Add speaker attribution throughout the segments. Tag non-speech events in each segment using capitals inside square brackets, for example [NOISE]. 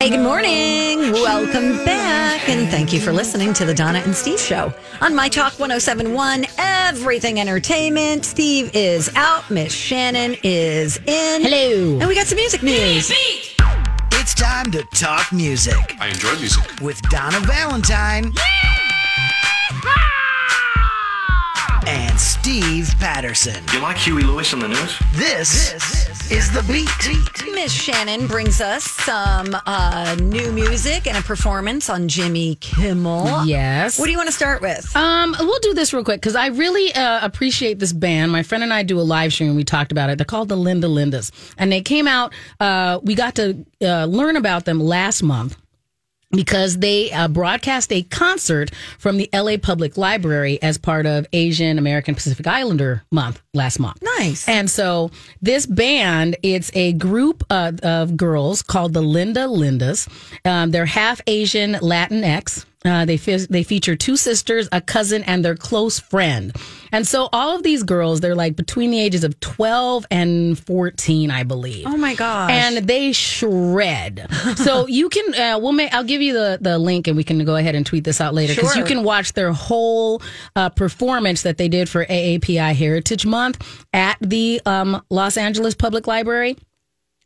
Speaker 1: Hey, good morning. Welcome back. And thank you for listening to the Donna and Steve show on My Talk 1071, Everything Entertainment. Steve is out, Miss Shannon is in.
Speaker 2: Hello.
Speaker 1: And we got some music news.
Speaker 3: It's time to talk music
Speaker 4: I enjoy music.
Speaker 3: with Donna Valentine and Steve Patterson.
Speaker 4: You like Huey Lewis on the news?
Speaker 3: This, is the beat.
Speaker 1: Miss Shannon brings us some uh, new music and a performance on Jimmy Kimmel.
Speaker 2: Yes.
Speaker 1: What do you want to start with?
Speaker 2: Um, we'll do this real quick because I really uh, appreciate this band. My friend and I do a live stream. We talked about it. They're called the Linda Lindas, and they came out. Uh, we got to uh, learn about them last month because they uh, broadcast a concert from the LA Public Library as part of Asian American Pacific Islander Month last month.
Speaker 1: Nice.
Speaker 2: And so this band, it's a group uh, of girls called the Linda Lindas. Um, they're half Asian Latinx. Uh, they fe- they feature two sisters, a cousin, and their close friend. And so all of these girls, they're like between the ages of twelve and fourteen, I believe
Speaker 1: Oh my gosh.
Speaker 2: and they shred.
Speaker 1: [LAUGHS]
Speaker 2: so you can uh, we'll make I'll give you the the link and we can go ahead and tweet this out later because
Speaker 1: Sure.
Speaker 2: you can watch their whole uh, performance that they did for AAPI Heritage Month at the um, Los Angeles Public Library.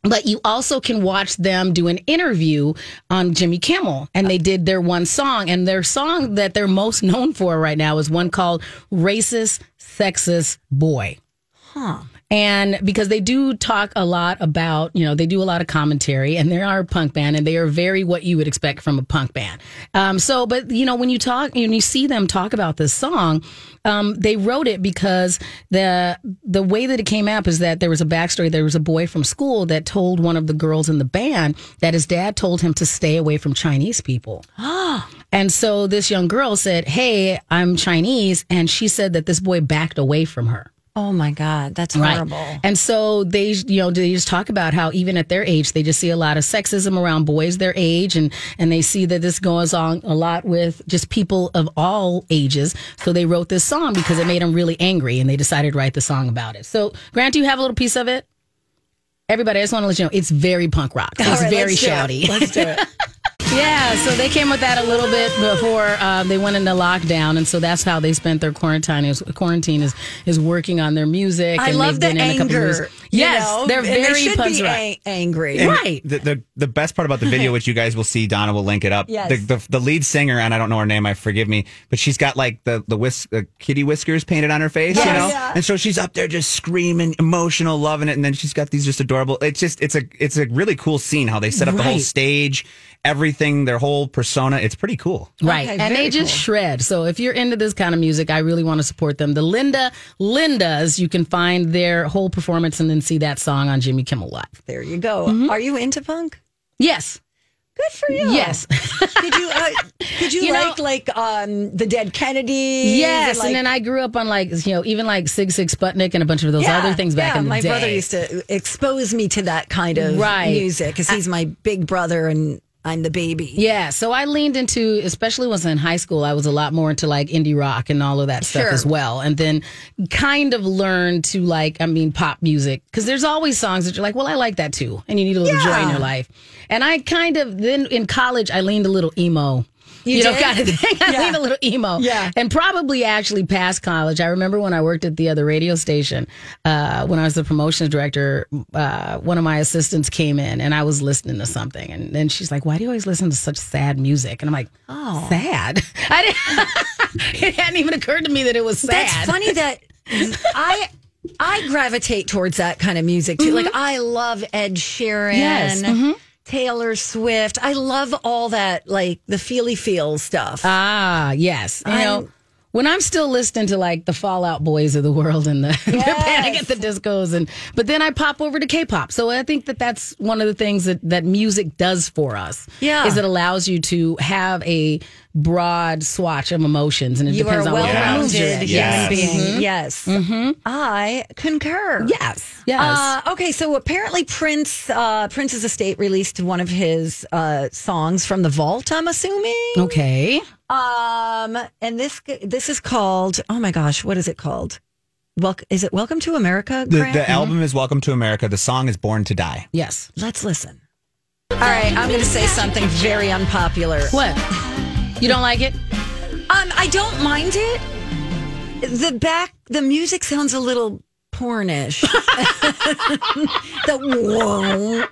Speaker 2: But you also can watch them do an interview on Jimmy Kimmel, and they did their one song, and their song that they're most known for right now is one called "Racist Sexist Boy." and because they do talk a lot about you know they do a lot of commentary and they are a punk band and they are very what you would expect from a punk band um, so but you know when you talk and you see them talk about this song um, they wrote it because the the way that it came up is that there was a backstory there was a boy from school that told one of the girls in the band that his dad told him to stay away from chinese people and so this young girl said hey i'm chinese and she said that this boy backed away from her
Speaker 1: oh my God, that's horrible.
Speaker 2: and so they, you know, they just talk about how even at their age, they just see a lot of sexism around boys their age, and and they see that this goes on a lot with just people of all ages. So they wrote this song because it made them really angry, and they decided to write the song about it. So, Grant, do you have a little piece of it? Everybody, I just want to let you know it's very punk rock. It's
Speaker 1: All right,
Speaker 2: very
Speaker 1: let's do it.
Speaker 2: shouty.
Speaker 1: Let's do it.
Speaker 2: Yeah, so they came with that a little bit before uh, they went into lockdown, and so that's how they spent their quarantine. Is quarantine is is working on their music.
Speaker 1: I
Speaker 2: and
Speaker 1: love the
Speaker 2: they've been in a couple of
Speaker 1: anger.
Speaker 2: years.
Speaker 1: you
Speaker 2: Yes,
Speaker 1: know,
Speaker 2: they're
Speaker 1: and
Speaker 2: very
Speaker 1: they should
Speaker 2: punks
Speaker 1: be
Speaker 2: rock.
Speaker 1: a- angry.
Speaker 5: And
Speaker 2: Right.
Speaker 5: The, the the best part about
Speaker 2: [LAUGHS]
Speaker 5: the video, which you guys will see, Donna will link it up.
Speaker 1: Yes.
Speaker 5: The, the the lead singer, and I don't know her name. I forgive me, but she's got like the the whis- uh, kitty whiskers painted on her face, you
Speaker 1: Yes.
Speaker 5: know.
Speaker 1: Yeah.
Speaker 5: And so she's up there just screaming, emotional, loving it, and then she's got these just adorable. It's just it's a it's a really cool scene how they set up the whole
Speaker 2: Right.
Speaker 5: stage, everything, their whole persona. It's pretty cool.
Speaker 2: Right.
Speaker 1: Okay, very
Speaker 2: and they just
Speaker 1: cool.
Speaker 2: shred. So if you're into this kind of music, I really want to support them. The Linda Lindas, you can find their whole performance and then see that song on Jimmy Kimmel Live.
Speaker 1: There you go.
Speaker 2: Mm-hmm.
Speaker 1: Are you into punk?
Speaker 2: Yes.
Speaker 1: Good for you.
Speaker 2: Yes.
Speaker 1: Did you uh, did you,
Speaker 2: [LAUGHS] You know-
Speaker 1: like like um the dead Kennedy?
Speaker 2: [LAUGHS] Yes.
Speaker 1: Like,
Speaker 2: and then I grew up on like, you know, even like Sig Sig Sputnik and a bunch of those other things back
Speaker 1: yeah,
Speaker 2: in the
Speaker 1: my
Speaker 2: day.
Speaker 1: brother used to expose me to that kind of
Speaker 2: Right.
Speaker 1: music because he's my big brother and I'm the baby.
Speaker 2: Yeah, so I leaned into, especially when I was in high school, I was a lot more into like indie rock and all of that stuff
Speaker 1: Sure.
Speaker 2: as well. And then kind of learned to like, I mean, pop music, because there's always songs that you're like, well, I like that too. And you need a little joy in
Speaker 1: Yeah.
Speaker 2: your life. And I kind of, then in college, I leaned a little emo. You, know,
Speaker 1: did?
Speaker 2: kind of thing. [LAUGHS] I
Speaker 1: Yeah.
Speaker 2: lean a little emo.
Speaker 1: Yeah.
Speaker 2: [LAUGHS] And probably actually past college. I remember when I worked at the other radio station, uh, when I was the promotions director, uh, one of my assistants came in and I was listening to something. And then she's like, Why do you always listen to such sad music? And I'm like, Oh, sad. [LAUGHS] I didn't, it hadn't even occurred to me that it was sad.
Speaker 1: That's funny
Speaker 2: [LAUGHS]
Speaker 1: that I I gravitate towards that kind of music too. Like I love Ed Sheeran,
Speaker 2: Mm-hmm. Yes, mhm.
Speaker 1: Taylor Swift. I love all that like the feely feel stuff.
Speaker 2: Ah, yes. You
Speaker 1: I'm-
Speaker 2: know, when I'm still listening to like the Fallout Boys of the world and the, [LAUGHS] the Panic at the Discos, and but then I pop over to K-pop. So I think that that's one of the things that that music does for us.
Speaker 1: Yeah.
Speaker 2: is it allows you to have a broad swatch of emotions, and it
Speaker 1: you are
Speaker 2: depends
Speaker 1: a
Speaker 2: on what
Speaker 5: well-rounded
Speaker 2: rounds
Speaker 1: well-rounded
Speaker 2: you're in.
Speaker 1: human
Speaker 5: Yes.
Speaker 1: being. Yes,
Speaker 2: Mm-hmm.
Speaker 1: I concur.
Speaker 2: Yes, yes.
Speaker 1: Uh, okay, so apparently Prince uh, Prince's estate released one of his uh, songs from the vault. I'm assuming.
Speaker 2: okay.
Speaker 1: Um, and this this is called. Oh my gosh, what is it called? Welcome. Is it Welcome to America?
Speaker 5: The,
Speaker 1: Grant?
Speaker 5: the
Speaker 2: Mm-hmm.
Speaker 5: album is Welcome to America. The song is Born to Die.
Speaker 2: Yes.
Speaker 1: Let's listen. All right, I'm going to say something very unpopular.
Speaker 2: What? You don't like it?
Speaker 1: Um, I don't mind it. The back, the music sounds a little
Speaker 2: [LAUGHS]
Speaker 1: pornish. the whoa.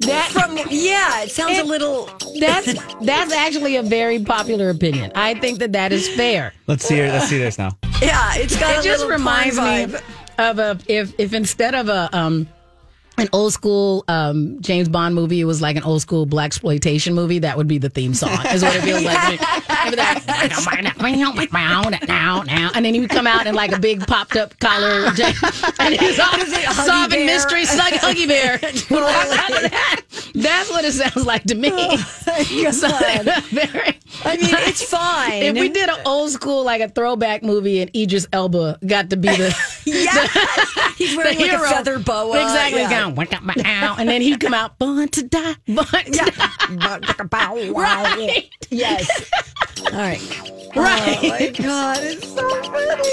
Speaker 1: That from yeah, it sounds a little.
Speaker 2: That's [LAUGHS] that's actually a very popular opinion. I think that that is fair.
Speaker 5: Let's see. Let's see this now.
Speaker 1: [LAUGHS] Yeah, it's got.
Speaker 2: it
Speaker 1: a
Speaker 2: just
Speaker 1: little porn
Speaker 2: reminds me [LAUGHS]
Speaker 1: vibe.
Speaker 2: of a if if instead of a um an old school um, James Bond movie. It was like an old school black exploitation movie. That would be the theme song. Is what it feels like. to me. It'd be like, now, now, and then he would come out in like a big popped up collar, [LAUGHS] and
Speaker 1: [LAUGHS]
Speaker 2: he's all
Speaker 1: Huggy Bear?
Speaker 2: solving mysteries like
Speaker 1: [LAUGHS]
Speaker 2: Huggy Bear. [LAUGHS]
Speaker 1: Totally.
Speaker 2: That's what it sounds like to me.
Speaker 1: Oh, [LAUGHS]
Speaker 2: [LAUGHS] So, [LAUGHS] very-
Speaker 1: I mean, it's fine.
Speaker 2: [LAUGHS] if we did an old school, like a throwback movie, and Idris Elba got to be the,
Speaker 1: [LAUGHS] [LAUGHS] Yes! he's
Speaker 2: the
Speaker 1: wearing like
Speaker 2: hero,
Speaker 1: a feather boa.
Speaker 2: exactly,
Speaker 1: Yeah.
Speaker 2: going, "Wake up my owl," and then he'd come out, "Born to die, born to [LAUGHS] die." Right. [LAUGHS]
Speaker 1: Yes. All right.
Speaker 2: Right.
Speaker 1: Oh my god, it's so funny.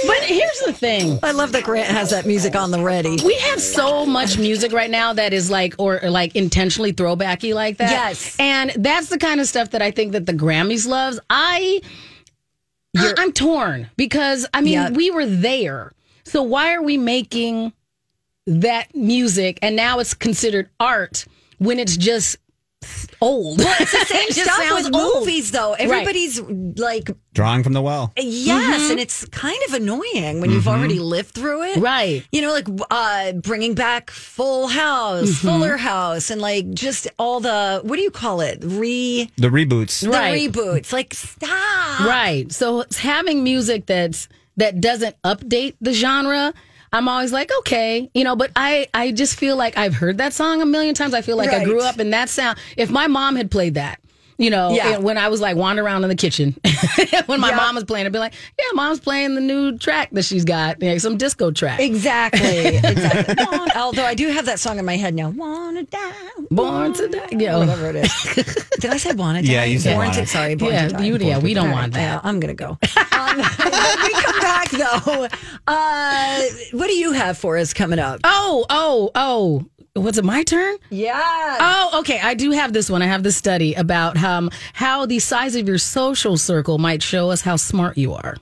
Speaker 2: But here's the thing.
Speaker 1: I love that Grant has that music on the ready.
Speaker 2: We have so much music right now that is like or, or like intentionally throwbacky like that.
Speaker 1: Yes.
Speaker 2: And that's the kind of stuff that I think that the Grammys loves. I I- I'm torn because I mean
Speaker 1: Yeah.
Speaker 2: we were there. So why are we making that music and now it's considered art when it's just old? Well,
Speaker 1: It's
Speaker 2: [LAUGHS]
Speaker 1: the same stuff with movies, though. Everybody's like,
Speaker 5: Drawing from the well.
Speaker 1: yes,
Speaker 2: Mm-hmm.
Speaker 1: and it's kind of annoying when you've already lived through it.
Speaker 2: Right.
Speaker 1: You know, like uh, bringing back Full House,
Speaker 2: Mm-hmm.
Speaker 1: Fuller House, and like just all the, what do you call it? Re.
Speaker 5: The reboots.
Speaker 2: Right.
Speaker 1: The reboots. Like, stop.
Speaker 2: Right. So it's having music that's that doesn't update the genre. I'm always like, okay, you know, but I I just feel like I've heard that song a million times. I feel like I grew
Speaker 1: Right.
Speaker 2: up in that sound. If my mom had played that, you know,
Speaker 1: Yeah.
Speaker 2: and when I was like wandering around in the kitchen, [LAUGHS] when my mom was playing, I'd be like, yeah, mom's playing the new track that she's got, like some disco track.
Speaker 1: Exactly.
Speaker 2: [LAUGHS]
Speaker 1: exactly. Wanna- Although I do have that song in my head now. Wanna die.
Speaker 2: Born to die. Yeah.
Speaker 1: Whatever it is.
Speaker 2: [LAUGHS]
Speaker 1: Did I say wanna die?
Speaker 5: Yeah, you said
Speaker 1: Born to-
Speaker 5: wanna.
Speaker 1: Sorry, born
Speaker 2: Yeah,
Speaker 1: to die.
Speaker 2: you- yeah, we don't
Speaker 1: All
Speaker 2: want that.
Speaker 1: yeah, I'm going to go. Um, when we come back, though, uh, what do you have for us coming up?
Speaker 2: Oh, oh, oh. Was it my turn?
Speaker 1: Yeah.
Speaker 2: Oh, okay. I do have this one. I have this study about um, how the size of your social circle might show us how smart you are.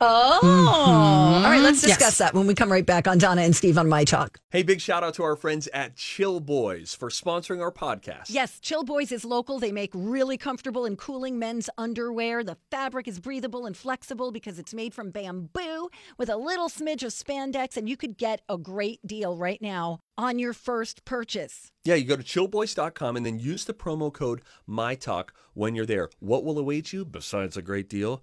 Speaker 1: Oh. All right, let's
Speaker 2: Yes.
Speaker 1: discuss that when we come right back on Donna and Steve on My Talk.
Speaker 4: Hey, big shout out to our friends at Chill Boys for sponsoring our podcast.
Speaker 1: Yes, Chill Boys is local. They make really comfortable and cooling men's underwear. The fabric is breathable and flexible because it's made from bamboo with a little smidge of spandex, and you could get a great deal right now on your first purchase.
Speaker 4: Yeah, you go to chillboys.com and then use the promo code MyTalk when you're there. What will await you besides a great deal?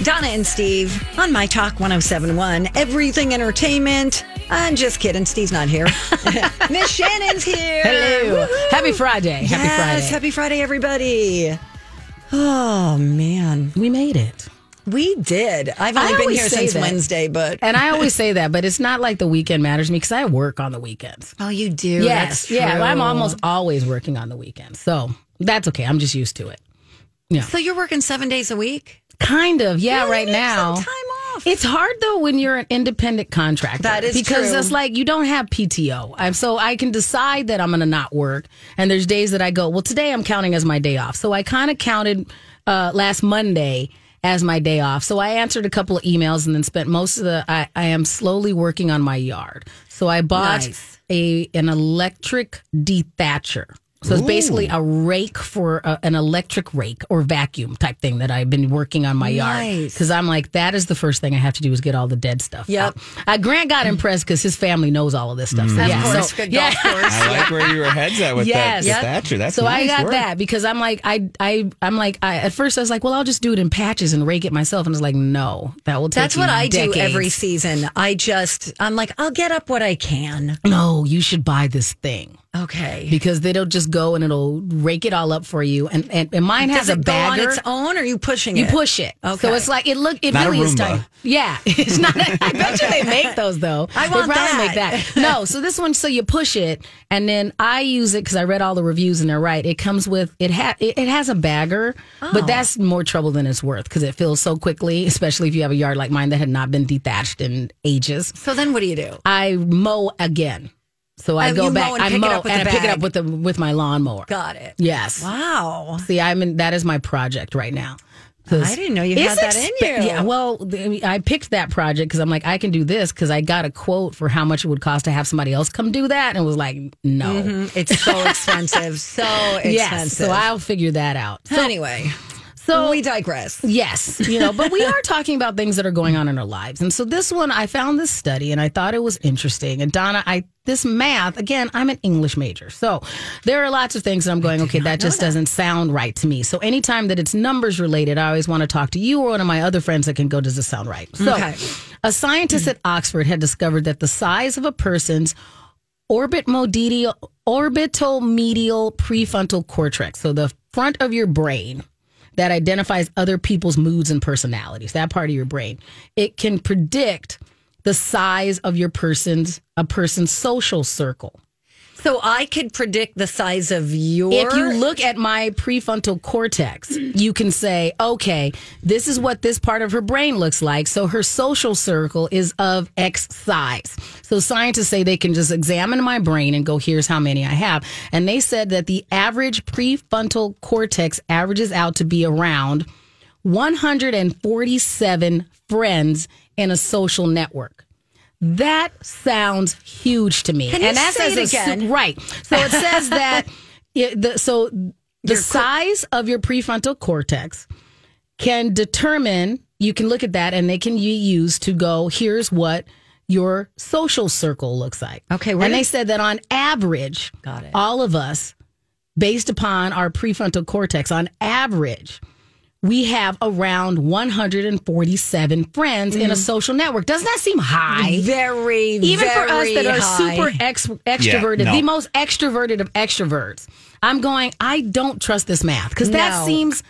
Speaker 1: oh Donna and Steve on My Talk 1071, Everything Entertainment. I'm just kidding. Steve's not here. [LAUGHS] Miss Shannon's here.
Speaker 2: Hello. Happy Friday. Happy
Speaker 1: yes,
Speaker 2: Friday.
Speaker 1: happy Friday, everybody. Oh man,
Speaker 2: we made it.
Speaker 1: we did. I've
Speaker 2: I
Speaker 1: only been
Speaker 2: always
Speaker 1: here
Speaker 2: say
Speaker 1: since
Speaker 2: that.
Speaker 1: Wednesday, but
Speaker 2: And I always say that, but it's not like the weekend matters to me because I work on the weekends.
Speaker 1: oh, you do.
Speaker 2: yes.
Speaker 1: That's
Speaker 2: Yeah.
Speaker 1: true.
Speaker 2: I'm almost always working on the weekends. So that's okay. I'm just used to it.
Speaker 1: So you're working seven days a week.
Speaker 2: Kind of. Yeah,
Speaker 1: Really?
Speaker 2: right
Speaker 1: Make some
Speaker 2: now.
Speaker 1: time off.
Speaker 2: It's hard though when you're an independent contractor.
Speaker 1: That is
Speaker 2: because
Speaker 1: true.
Speaker 2: it's like you don't have PTO. I'm so I can decide that I'm going to not work. And there's days that I go, well, today I'm counting as my day off. So I kind of counted uh, last Monday as my day off. So I answered a couple of emails and then spent most of the. I, I am slowly working on my yard. So I bought
Speaker 1: Nice.
Speaker 2: a an electric dethatcher. So it's basically a rake for a, an electric rake or vacuum type thing that I've been working on my yard
Speaker 1: Nice.
Speaker 2: because I'm like that is the first thing I have to do is get all the dead stuff.
Speaker 1: Yep. Mm.
Speaker 2: out. Uh, Grant got impressed because his family knows all of this stuff. So, yeah,
Speaker 1: course,
Speaker 2: so-
Speaker 1: good
Speaker 2: yeah.
Speaker 1: golf course.
Speaker 5: I like where your head's at with
Speaker 2: Yes.
Speaker 5: that
Speaker 2: Yep.
Speaker 5: thatcher. That's
Speaker 2: so I
Speaker 5: nice
Speaker 2: got
Speaker 5: work.
Speaker 2: that because I'm like I I I'm like I at first I was like well I'll just do it in patches and rake it myself and I was like no that will take
Speaker 1: That's
Speaker 2: you
Speaker 1: what I do
Speaker 2: decades.
Speaker 1: every season. I just I'm like I'll get up what I can.
Speaker 2: no you should buy this thing
Speaker 1: Okay.
Speaker 2: because they don't just go and it'll rake it all up for you. And and, and mine has
Speaker 1: Does it
Speaker 2: a
Speaker 1: go on
Speaker 2: bagger.
Speaker 1: its own, or are you pushing
Speaker 2: you
Speaker 1: it?
Speaker 2: push it.
Speaker 1: Okay.
Speaker 2: So it's like it look it
Speaker 5: Not a
Speaker 2: really is
Speaker 5: Roomba.
Speaker 2: tiny.
Speaker 1: [LAUGHS]
Speaker 2: Yeah. It's not I bet you they make those though.
Speaker 1: I
Speaker 2: they
Speaker 1: want
Speaker 2: probably
Speaker 1: that.
Speaker 2: make that. No, so this one so you push it and then I use it cuz I read all the reviews and they're right. It comes with it ha- it, it has a bagger,
Speaker 1: Oh.
Speaker 2: but that's more trouble than it's worth cuz it fills so quickly, especially if you have a yard like mine that had not been dethatched in ages.
Speaker 1: So then, what do you do?
Speaker 2: I mow again. So I
Speaker 1: Oh,
Speaker 2: go
Speaker 1: you mow
Speaker 2: back.
Speaker 1: and
Speaker 2: I
Speaker 1: pick it
Speaker 2: mow
Speaker 1: up with
Speaker 2: and
Speaker 1: the
Speaker 2: I pick it
Speaker 1: bag.
Speaker 2: up with the with my lawnmower.
Speaker 1: Got it.
Speaker 2: Yes.
Speaker 1: Wow.
Speaker 2: See, I'm in. That is my project right now. 'Cause
Speaker 1: I didn't know you
Speaker 2: it's
Speaker 1: had that in
Speaker 2: expe-
Speaker 1: you.
Speaker 2: Yeah. Well, th- I mean, I picked that project because I'm like, I can do this because I got a quote for how much it would cost to have somebody else come do that, and was like, no.
Speaker 1: It's so expensive. [LAUGHS] So Mm-hmm. expensive.
Speaker 2: Yes, so I'll figure that out. So,
Speaker 1: anyway,
Speaker 2: so
Speaker 1: we digress.
Speaker 2: Yes, you know, but we are talking about things that are going on in our lives. And so this one, I found this study and I thought it was interesting. And Donna, I this math, again, I'm an English major. So there are lots of things that I'm going, okay, that just doesn't sound right to me. So anytime that it's numbers related, I always want to talk to you or one of my other friends that can go, does this sound right? So
Speaker 1: Okay.
Speaker 2: a scientist at Oxford had discovered that the size of a person's orbit modidial, orbital medial prefrontal cortex, so the front of your brain that identifies other people's moods and personalities, that part of your brain, it can predict the size of your person's a person's social circle.
Speaker 1: So I could predict the size of your.
Speaker 2: If you look at my prefrontal cortex, you can say, okay, this is what this part of her brain looks like. So her social circle is of X size. So scientists say they can just examine my brain and go, here's how many I have. And they said that the average prefrontal cortex averages out to be around 147 friends in a social network. That sounds huge to me.
Speaker 1: Can you
Speaker 2: that's
Speaker 1: say
Speaker 2: as
Speaker 1: it
Speaker 2: a su-
Speaker 1: again?
Speaker 2: right. So
Speaker 1: [LAUGHS]
Speaker 2: it says that it, the, so the size of your prefrontal cortex can determine you can look at that and they can be used to go here's what your social circle looks like.
Speaker 1: Okay, we're
Speaker 2: And
Speaker 1: gonna-
Speaker 2: they said that on average,
Speaker 1: Got it.
Speaker 2: all of us based upon our prefrontal cortex on average we have around 147 friends
Speaker 1: Mm.
Speaker 2: in a social network. Doesn't that seem high?
Speaker 1: very,
Speaker 2: Even for us that
Speaker 1: very
Speaker 2: are
Speaker 1: high.
Speaker 2: super ex- extroverted,
Speaker 5: no.
Speaker 2: the most extroverted of extroverts, I'm going, I don't trust this math because that
Speaker 1: No.
Speaker 2: seems,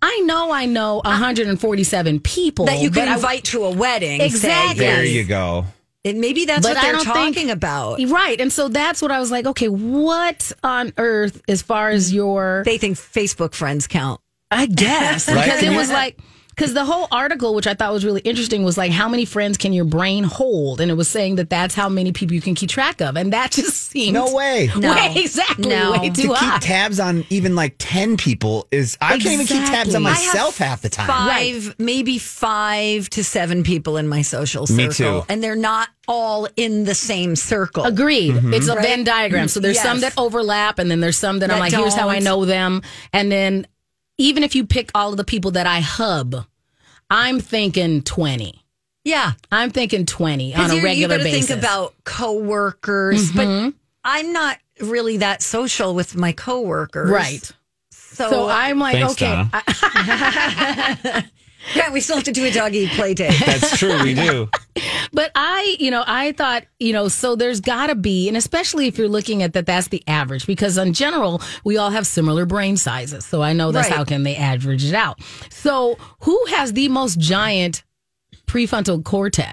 Speaker 2: I know I know 147 people
Speaker 1: that you
Speaker 2: but
Speaker 1: can
Speaker 2: I-
Speaker 1: invite to a wedding.
Speaker 2: Exactly.
Speaker 1: Say,
Speaker 5: There
Speaker 2: Yes.
Speaker 5: you go.
Speaker 1: It- maybe that's
Speaker 2: But
Speaker 1: what
Speaker 2: I
Speaker 1: they're
Speaker 2: don't
Speaker 1: talking
Speaker 2: think-
Speaker 1: about.
Speaker 2: Right. And so that's what I was like, okay, what on earth as far
Speaker 1: Mm.
Speaker 2: as your
Speaker 1: They think Facebook friends count.
Speaker 2: I guess
Speaker 5: Right?
Speaker 2: because
Speaker 5: Can
Speaker 2: it
Speaker 5: you-
Speaker 2: was like because the whole article, which I thought was really interesting, was like how many friends can your brain hold, and it was saying that that's how many people you can keep track of, and that [LAUGHS] just seemed
Speaker 5: No way.
Speaker 1: No.
Speaker 2: way exactly
Speaker 1: No.
Speaker 2: way
Speaker 5: to
Speaker 2: too high.
Speaker 5: keep tabs on even like 10 people is I can't even keep tabs on
Speaker 2: Exactly. I
Speaker 1: have
Speaker 5: myself half the time.
Speaker 1: Five, maybe five to seven people in my social circle,
Speaker 5: Me too.
Speaker 1: and they're not all in the same circle.
Speaker 2: Agreed.
Speaker 1: Mm-hmm.
Speaker 2: It's a Venn diagram. So there's
Speaker 1: Yes.
Speaker 2: some that overlap, and then there's some that, I'm
Speaker 1: That
Speaker 2: like, here's how I
Speaker 1: don't.
Speaker 2: know them, and then even if you pick all of the people that I hub, I'm thinking twenty.
Speaker 1: Yeah,
Speaker 2: I'm thinking twenty on
Speaker 1: Because
Speaker 2: a
Speaker 1: you're-
Speaker 2: regular
Speaker 1: you gotta
Speaker 2: basis.
Speaker 1: think about coworkers,
Speaker 6: Mm-hmm.
Speaker 1: but I'm not really that social with my coworkers,
Speaker 2: right.
Speaker 1: So,
Speaker 2: So I'm like,
Speaker 5: Thanks,
Speaker 2: okay,
Speaker 5: Donna.
Speaker 2: I-
Speaker 1: yeah, we still have to do a doggy play date.
Speaker 2: [LAUGHS]
Speaker 5: That's true, we do.
Speaker 2: But I, you know, I thought, you know, so there's got to be, and especially if you're looking at that, that's the average, because in general, we all have similar brain sizes. So I know that's
Speaker 1: Right.
Speaker 2: how can they average it out. So who has the most giant prefrontal cortex?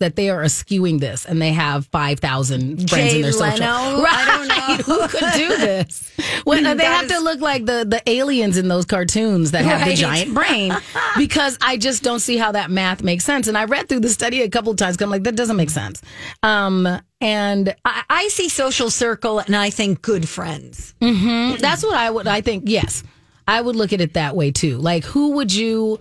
Speaker 2: that they are eschewing this and they have 5,000 friends
Speaker 1: Jay
Speaker 2: in their social.
Speaker 1: Leno?
Speaker 2: Right.
Speaker 1: I don't know.
Speaker 2: [LAUGHS] Who could
Speaker 1: [LAUGHS]
Speaker 2: do this? Well, they
Speaker 1: That
Speaker 2: have to
Speaker 1: is-
Speaker 2: look like the, the aliens in those cartoons that have the
Speaker 1: Right. [LAUGHS]
Speaker 2: giant brain because I just don't see how that math makes sense. And I read through the study a couple of times 'cause I'm like, that doesn't make sense. Um, and
Speaker 1: I, I see social circle and I think good friends.
Speaker 2: mm, that's what I would, I think, yes, I would look at it that way too. Like, who would you,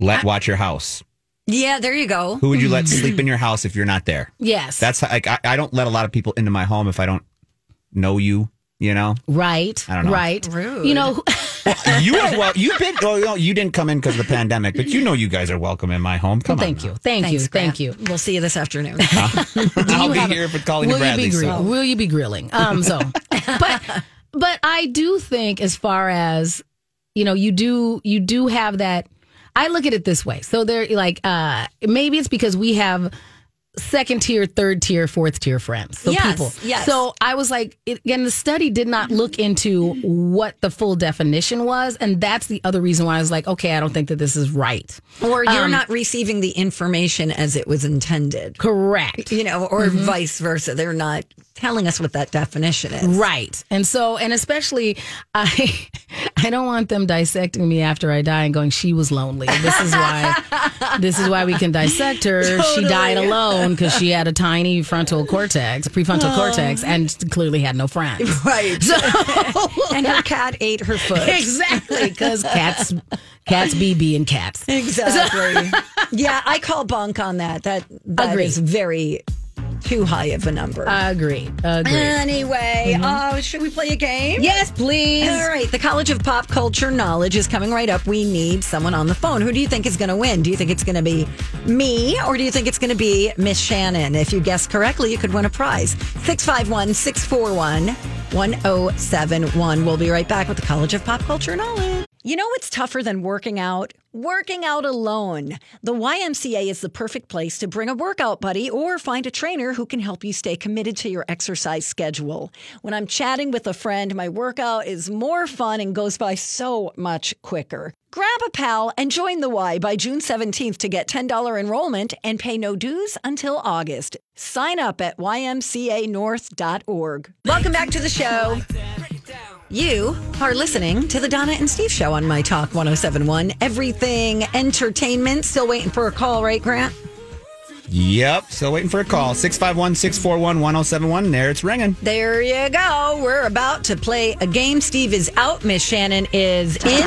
Speaker 5: Let watch your house.
Speaker 1: Yeah, there you go.
Speaker 5: Who would you let sleep in your house if you're not there?
Speaker 2: yes,
Speaker 5: That's like I, I don't let a lot of people into my home if I don't know you. You know,
Speaker 2: right,
Speaker 5: I don't know.
Speaker 2: right.
Speaker 1: Rude.
Speaker 2: You know, [LAUGHS] who-
Speaker 5: you are well. You've been. Oh, no, you didn't come in because of the pandemic, but you know, you guys are welcome in my home. Come
Speaker 2: thank
Speaker 5: on, [LAUGHS]
Speaker 2: you, thank you,
Speaker 1: Thanks,
Speaker 2: thank
Speaker 1: Grant.
Speaker 2: you.
Speaker 1: We'll see you
Speaker 6: [LAUGHS]
Speaker 1: this afternoon. [LAUGHS]
Speaker 5: you. I'll
Speaker 2: you
Speaker 5: be
Speaker 2: have a-
Speaker 5: here for calling
Speaker 2: will
Speaker 5: to Bradley.
Speaker 2: You be
Speaker 5: so-
Speaker 2: grill- Will you be grilling? Um,
Speaker 5: [LAUGHS]
Speaker 2: so, but but I do think as far as you know, you do you do have that. I look at it this way. So they're like, uh, maybe it's because we have second tier, third tier, fourth tier friends. So
Speaker 1: Yes,
Speaker 2: people.
Speaker 1: yes.
Speaker 2: So I was like, it, and the study did not look into what the full definition was, and that's the other reason why I was like, okay, I don't think that this is right.
Speaker 1: or you're
Speaker 6: Um,
Speaker 1: not receiving the information as it was intended.
Speaker 2: Correct.
Speaker 1: You know,
Speaker 6: Mm-hmm.
Speaker 1: or vice versa. They're not telling us what that definition is.
Speaker 2: Right. And so, and especially, [LAUGHS] I, I don't want them dissecting me after I die and going, she was lonely. This is why, this is why we can dissect her. She died alone because she had a tiny frontal cortex, prefrontal cortex, and clearly had no friends.
Speaker 1: [LAUGHS] Right. and her cat ate her
Speaker 2: [LAUGHS]
Speaker 1: foot.
Speaker 2: Exactly, because cats, cats be being cats.
Speaker 1: Exactly. yeah, I call bunk on that. That that
Speaker 2: Agree.
Speaker 1: is very too high of a number.
Speaker 2: Agree. Agree.
Speaker 1: anyway, uh, should we play a game?
Speaker 2: Mm-hmm. Yes, please.
Speaker 1: All right, the College of Pop Culture Knowledge is coming right up. We need someone on the phone. Who do you think is going to win? Do you think it's going to be me or do you think it's going to be Miss Shannon? If you guess correctly, you could win a prize. 651 641 1071. We'll be right back with the College of Pop Culture Knowledge. You know what's tougher than working out? Working out alone. The YMCA is the perfect place to bring a workout buddy or find a trainer who can help you stay committed to your exercise schedule. When I'm chatting with a friend, my workout is more fun and goes by so much quicker. Grab a pal and join the Y by June 17th to get $10 enrollment and pay no dues until August. Sign up at ymcanorth.org. Welcome back to the show. You are listening to the Donna and Steve show on My Talk 1071. Everything entertainment. Still waiting for a call, right, Grant?
Speaker 5: Yep. Still waiting for a call. 651 641 1071. There it's ringing.
Speaker 1: There you go. We're about to play a game. Steve is out. Miss Shannon is in.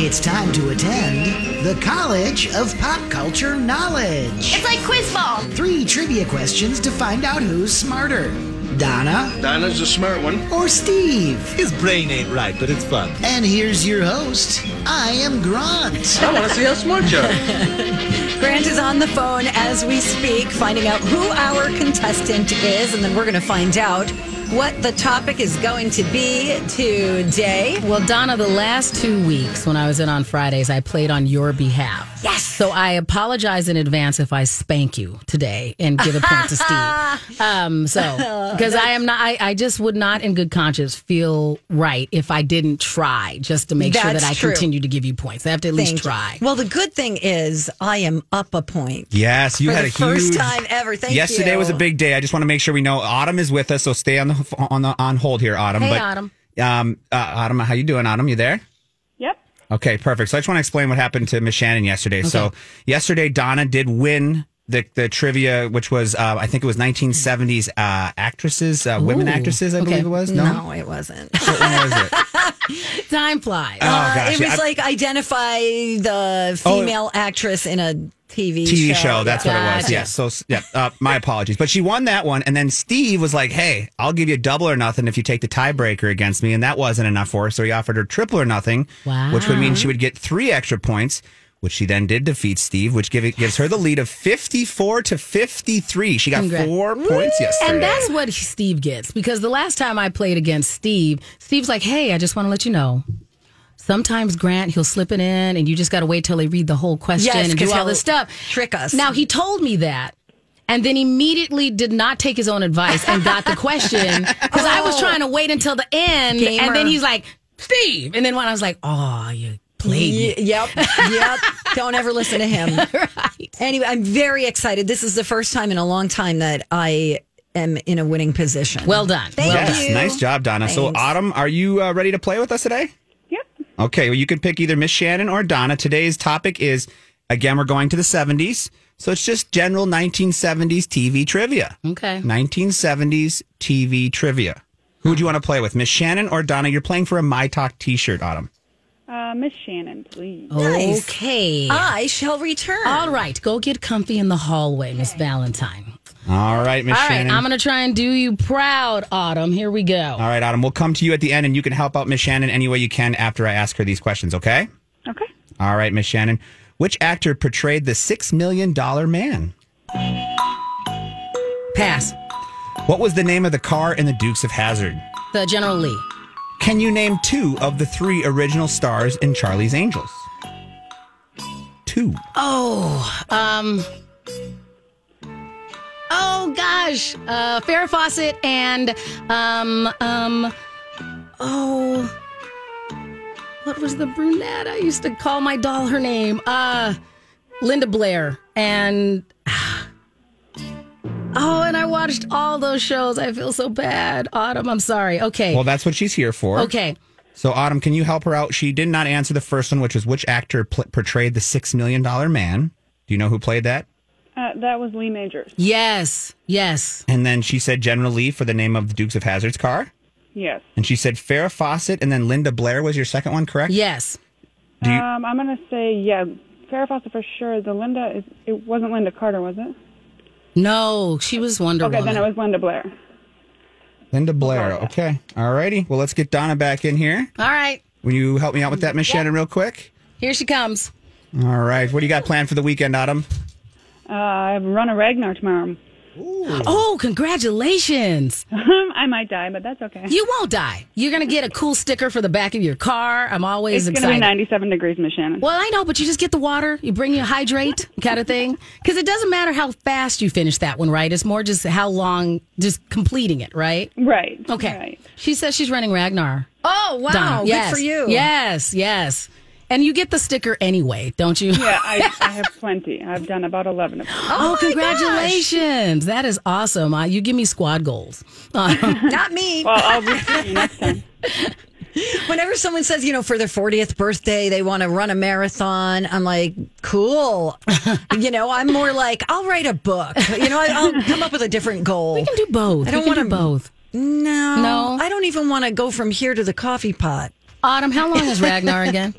Speaker 3: It's time to attend the College of Pop Culture Knowledge. It's like quiz ball. Three trivia questions to find out who's smarter. Donna
Speaker 7: Dinah's a smart one.
Speaker 3: or Steve?
Speaker 5: His brain ain't right, but it's fun.
Speaker 3: And here's your host. I am Grant.
Speaker 7: I want to see how smart you are.
Speaker 1: Grant is on the phone as we speak, finding out who our contestant is, and then we're going to find out what the topic is going to be today.
Speaker 2: Well, Donna, the last two weeks when I was in on Fridays, I played on your behalf.
Speaker 1: Yes.
Speaker 2: So I apologize in advance if I spank you today and give a point
Speaker 1: [LAUGHS]
Speaker 2: to Steve. Um, so
Speaker 1: Oh,
Speaker 2: because I am not, I, I just would not, in good conscience, feel right if I didn't try just to make sure
Speaker 1: That's
Speaker 2: that I
Speaker 1: true.
Speaker 2: continue to give you points. I have to at least
Speaker 1: Thank you.
Speaker 2: try.
Speaker 1: Well, the good thing is I am up a point.
Speaker 5: Yes, you
Speaker 1: For
Speaker 5: had
Speaker 1: the
Speaker 5: a
Speaker 1: first
Speaker 5: huge
Speaker 1: time ever. Thank
Speaker 5: yesterday
Speaker 1: you.
Speaker 5: was a big day. I just want to make sure we know Autumn is with us, so stay on the on the on hold here, Autumn.
Speaker 2: Hey,
Speaker 5: but,
Speaker 2: Autumn.
Speaker 5: Um, uh, Autumn, how you doing, Autumn? You there?
Speaker 8: Yep.
Speaker 5: Okay, perfect. So I just want to explain what happened to Miss Shannon yesterday. So yesterday, Donna did win the the trivia, which was uh, I think it was 1970s uh, actresses, uh, women
Speaker 2: Ooh.
Speaker 5: actresses, I
Speaker 2: Okay.
Speaker 5: believe it was. No,
Speaker 1: No, it wasn't.
Speaker 5: what one was it?
Speaker 2: Time flies.
Speaker 5: Oh,
Speaker 1: [LAUGHS] Uh,
Speaker 5: gosh,
Speaker 1: it was
Speaker 5: I-
Speaker 1: like identify the
Speaker 5: Oh, it-
Speaker 1: female actress in a TV,
Speaker 5: TV show. That's
Speaker 1: Yeah.
Speaker 5: what it was.
Speaker 2: Gotcha.
Speaker 5: Yeah. So yeah, uh, my apologies. But she won that one, and then Steve was like, "Hey, I'll give you double or nothing if you take the tiebreaker against me," and that wasn't enough for her. So he offered her triple or nothing,
Speaker 2: Wow.
Speaker 5: which would mean she would get three extra points. Which she then did defeat Steve, which give, gives her the lead of fifty-four to fifty-three. She got
Speaker 2: Congrats.
Speaker 5: four points yesterday.
Speaker 2: And that's what Steve gets because the last time I played against Steve, Steve's like, "Hey, I just want to let you know." Sometimes Grant he'll slip it in, and you just got to wait till they read the whole question
Speaker 1: Yes,
Speaker 2: and do
Speaker 1: 'cause
Speaker 2: all this
Speaker 1: he'll
Speaker 2: stuff.
Speaker 1: trick us.
Speaker 2: Now he told me that, and then immediately did not take his own advice and got
Speaker 1: [LAUGHS]
Speaker 2: the question because I was trying to wait until the end,
Speaker 1: Oh. Gamer.
Speaker 2: and then he's like, "Steve," and then when I was like, "Oh, you played." me."
Speaker 1: Y- yep,
Speaker 5: [LAUGHS]
Speaker 1: yep. Don't ever listen to him. Anyway, I'm very excited. This is the first time in a long time that I am in a winning position.
Speaker 2: Well done.
Speaker 1: Thank
Speaker 2: well
Speaker 5: yes,
Speaker 1: you.
Speaker 5: nice job, Donna. So
Speaker 1: Thanks.
Speaker 5: Autumn, are you uh, ready to play with us today?
Speaker 8: Yep.
Speaker 5: Okay, well, you could pick either Miss Shannon or Donna. Today's topic is again, we're going to the 70s. So it's just general 1970s TV trivia.
Speaker 2: done. Okay.
Speaker 5: 1970s TV trivia. Who do you want to play with, Miss Shannon or Donna? You're playing for a My Talk t shirt, Autumn.
Speaker 8: Uh, Miss Shannon, please.
Speaker 1: Nice.
Speaker 2: Okay.
Speaker 1: I shall return.
Speaker 2: All right, go get comfy in the hallway, Miss Valentine.
Speaker 5: All right, Miss
Speaker 2: All right,
Speaker 5: Shannon. Uh.
Speaker 2: I'm going to try and do you proud, Autumn. Here we go.
Speaker 5: All right, Autumn, we'll come to you at the end and you can help out Miss Shannon any way you can after I ask her these questions, okay?
Speaker 8: Okay.
Speaker 5: All right, Miss Shannon. Which actor portrayed the $6 million man?
Speaker 2: Pass.
Speaker 5: What was the name of the car in the Dukes of Hazard?
Speaker 2: The General Lee.
Speaker 5: Can you name two of the three original stars in Charlie's Angels? Two.
Speaker 2: Oh, um. Oh, gosh. Uh, Farrah Fawcett and, um, um, oh. What was the brunette? I used to call my doll her name. Uh, Linda Blair. And, [SIGHS] oh, and I watched all those shows. I feel so bad. Autumn, I'm sorry. Okay.
Speaker 5: Well, that's what she's here for.
Speaker 2: okay.
Speaker 5: So, Autumn, can you help her out? She did not answer the first one, which was which actor pl- portrayed the Six Million Dollar Man? Do you know who played that?
Speaker 8: Uh, that was Lee Majors.
Speaker 2: Yes, yes.
Speaker 5: And then she said General Lee for the name of the Dukes of Hazard's car.
Speaker 8: Yes.
Speaker 5: And she said Farrah Fawcett, and then Linda Blair was your second one, correct?
Speaker 2: Yes.
Speaker 5: Do you-
Speaker 8: Um, I'm gonna say yeah. Farrah Fawcett for sure. The Linda is. It wasn't Linda Carter, was it?
Speaker 2: No, she was Wonder
Speaker 8: okay,
Speaker 2: Woman.
Speaker 8: then it was Linda Blair.
Speaker 5: Linda Blair. Okay. All righty. Well, let's get Donna back in here.
Speaker 2: All right,
Speaker 5: Will you help me out with that, Miss Shannon, real quick?
Speaker 2: here she comes.
Speaker 5: All right. What do you got planned for the weekend, [LAUGHS] Autumn?
Speaker 8: Uh, I have Run a Ragnar tomorrow.
Speaker 2: Oh, congratulations.
Speaker 8: I might die, but that's okay.
Speaker 2: You won't die. You're going to get a cool sticker for the back of your car. I'm always
Speaker 8: it's gonna be
Speaker 2: excited.
Speaker 8: 97 degrees, Miss Shannon.
Speaker 2: well, I know, but you just get the water, you bring your hydrate kind of thing. Because it doesn't matter how fast you finish that one, right? It's more just how long, just completing it, right?
Speaker 8: Right.
Speaker 2: Okay.
Speaker 8: Mm, Right.
Speaker 2: She says she's running Ragnar.
Speaker 1: Oh wow,
Speaker 2: Donna.
Speaker 1: good
Speaker 2: yes.
Speaker 1: for you.
Speaker 2: Yes, yes. And you get the sticker anyway, don't you?
Speaker 8: Yeah, I, I have plenty. I've done about 11 of them.
Speaker 2: Oh,
Speaker 1: my
Speaker 2: congratulations. That is awesome. Uh, you give me squad goals. Uh,
Speaker 1: Not me.
Speaker 8: Well, I'll be seeing you next time.
Speaker 1: [LAUGHS] Whenever someone says, you know, for their 40th birthday, they want to run a marathon, I'm like, cool. [LAUGHS] you know, I'm more like, I'll write a book. You know, I, I'll come up with a different goal.
Speaker 2: we can do both.
Speaker 1: I don't
Speaker 2: we can do
Speaker 1: wanna-
Speaker 2: both.
Speaker 1: No.
Speaker 2: No.
Speaker 1: I don't even want to go from here to the coffee pot.
Speaker 2: Autumn, how long is Ragnar
Speaker 1: [LAUGHS]
Speaker 2: again?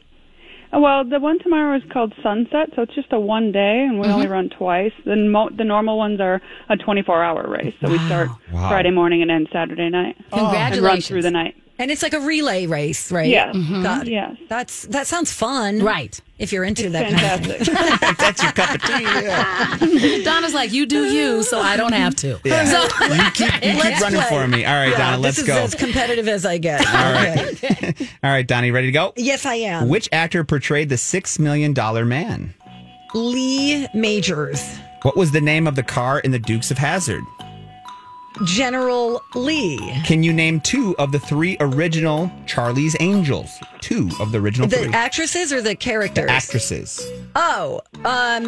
Speaker 8: Well, the one tomorrow is called Sunset, so it's just a one day, and we only run twice. The mo- the normal ones are a 24 hour race, so we start Friday morning and end Saturday night, and run
Speaker 1: Oh.
Speaker 2: Congratulations.
Speaker 8: through the night.
Speaker 1: And it's like a relay race, right?
Speaker 8: Yeah.
Speaker 1: Mhm. God,
Speaker 8: Yes.
Speaker 1: That's that sounds fun,
Speaker 2: Mm-hmm. Right.
Speaker 1: If you're into that,
Speaker 8: Fantastic.
Speaker 5: That's your cup of tea.
Speaker 2: Donna's like, you do you, so I don't have to.
Speaker 5: Yeah.
Speaker 2: So,
Speaker 5: you keep, [LAUGHS] you keep
Speaker 2: Let's
Speaker 5: running
Speaker 2: play.
Speaker 5: for me. All right, Donna,
Speaker 1: [LAUGHS] this
Speaker 5: let's
Speaker 1: is
Speaker 5: go.
Speaker 1: as competitive as I get.
Speaker 5: All right. [LAUGHS] All right, Donnie, ready to go?
Speaker 1: Yes, I am.
Speaker 5: Which actor portrayed the $6 million man?
Speaker 1: Lee Majors,
Speaker 5: What was the name of the car in the Dukes of Hazard?
Speaker 1: General Lee.
Speaker 5: Can you name two of the three original Charlie's Angels? Two of the original
Speaker 1: The
Speaker 5: three.
Speaker 1: actresses or the characters?
Speaker 5: The actresses.
Speaker 1: Oh, um,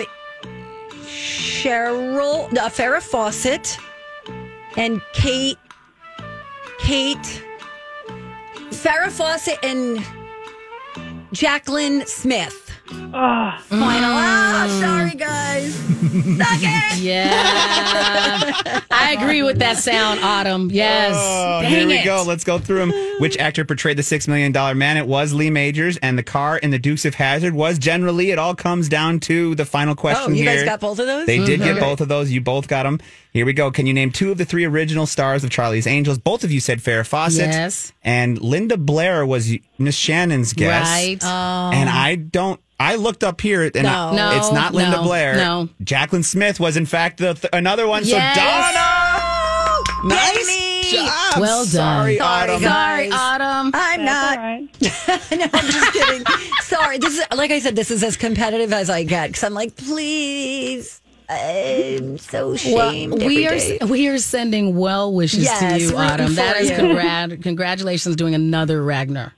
Speaker 1: Cheryl, no, Farrah Fawcett, and Kate, Kate, Farrah Fawcett and Jacqueline Smith.
Speaker 8: Ah,
Speaker 1: Final.
Speaker 5: Mm.
Speaker 1: Oh, sorry,
Speaker 5: [LAUGHS]
Speaker 1: guys. Suck it.
Speaker 2: yeah. I agree with that sound, Autumn. Yes.
Speaker 5: Oh,
Speaker 2: Dang
Speaker 5: here we
Speaker 2: it.
Speaker 5: go. Let's go through them. Which actor portrayed the six million dollar man? It was Lee Majors, and the car in the Dukes of Hazard was generally. It all comes down to the final question
Speaker 1: Oh, you
Speaker 5: here.
Speaker 1: guys got both of those?
Speaker 5: They did
Speaker 1: Mhm.
Speaker 5: get
Speaker 1: Okay.
Speaker 5: both of those. You both got them. Here we go. Can you name two of the three original stars of Charlie's Angels? Both of you said Farrah Fawcett.
Speaker 2: Yes.
Speaker 5: And Linda Blair was Miss Shannon's guess.
Speaker 2: Right. Oh.
Speaker 5: And I don't. I looked up here, and I-
Speaker 2: No.
Speaker 5: it's not Linda
Speaker 2: No.
Speaker 5: Blair.
Speaker 2: No.
Speaker 5: Jacqueline Smith was in fact the th- another one.
Speaker 2: Yes.
Speaker 5: So Donna. Oh, Nice
Speaker 1: Yay!
Speaker 5: job.
Speaker 2: Well done.
Speaker 5: Sorry, Autumn.
Speaker 2: Sorry,
Speaker 1: guys.
Speaker 2: Autumn.
Speaker 1: I'm
Speaker 8: that's
Speaker 1: not.
Speaker 8: all right.
Speaker 1: [LAUGHS] no, I'm just kidding. Sorry. This is like I said. This is as competitive as I get because I'm like, please. I'm so shamed.
Speaker 2: we are
Speaker 1: every day.
Speaker 2: we are sending well wishes to
Speaker 1: Yes,
Speaker 2: you,
Speaker 1: rooting
Speaker 2: Autumn. That
Speaker 1: for
Speaker 2: is
Speaker 1: you.
Speaker 2: congrat- congratulations doing another Ragnar.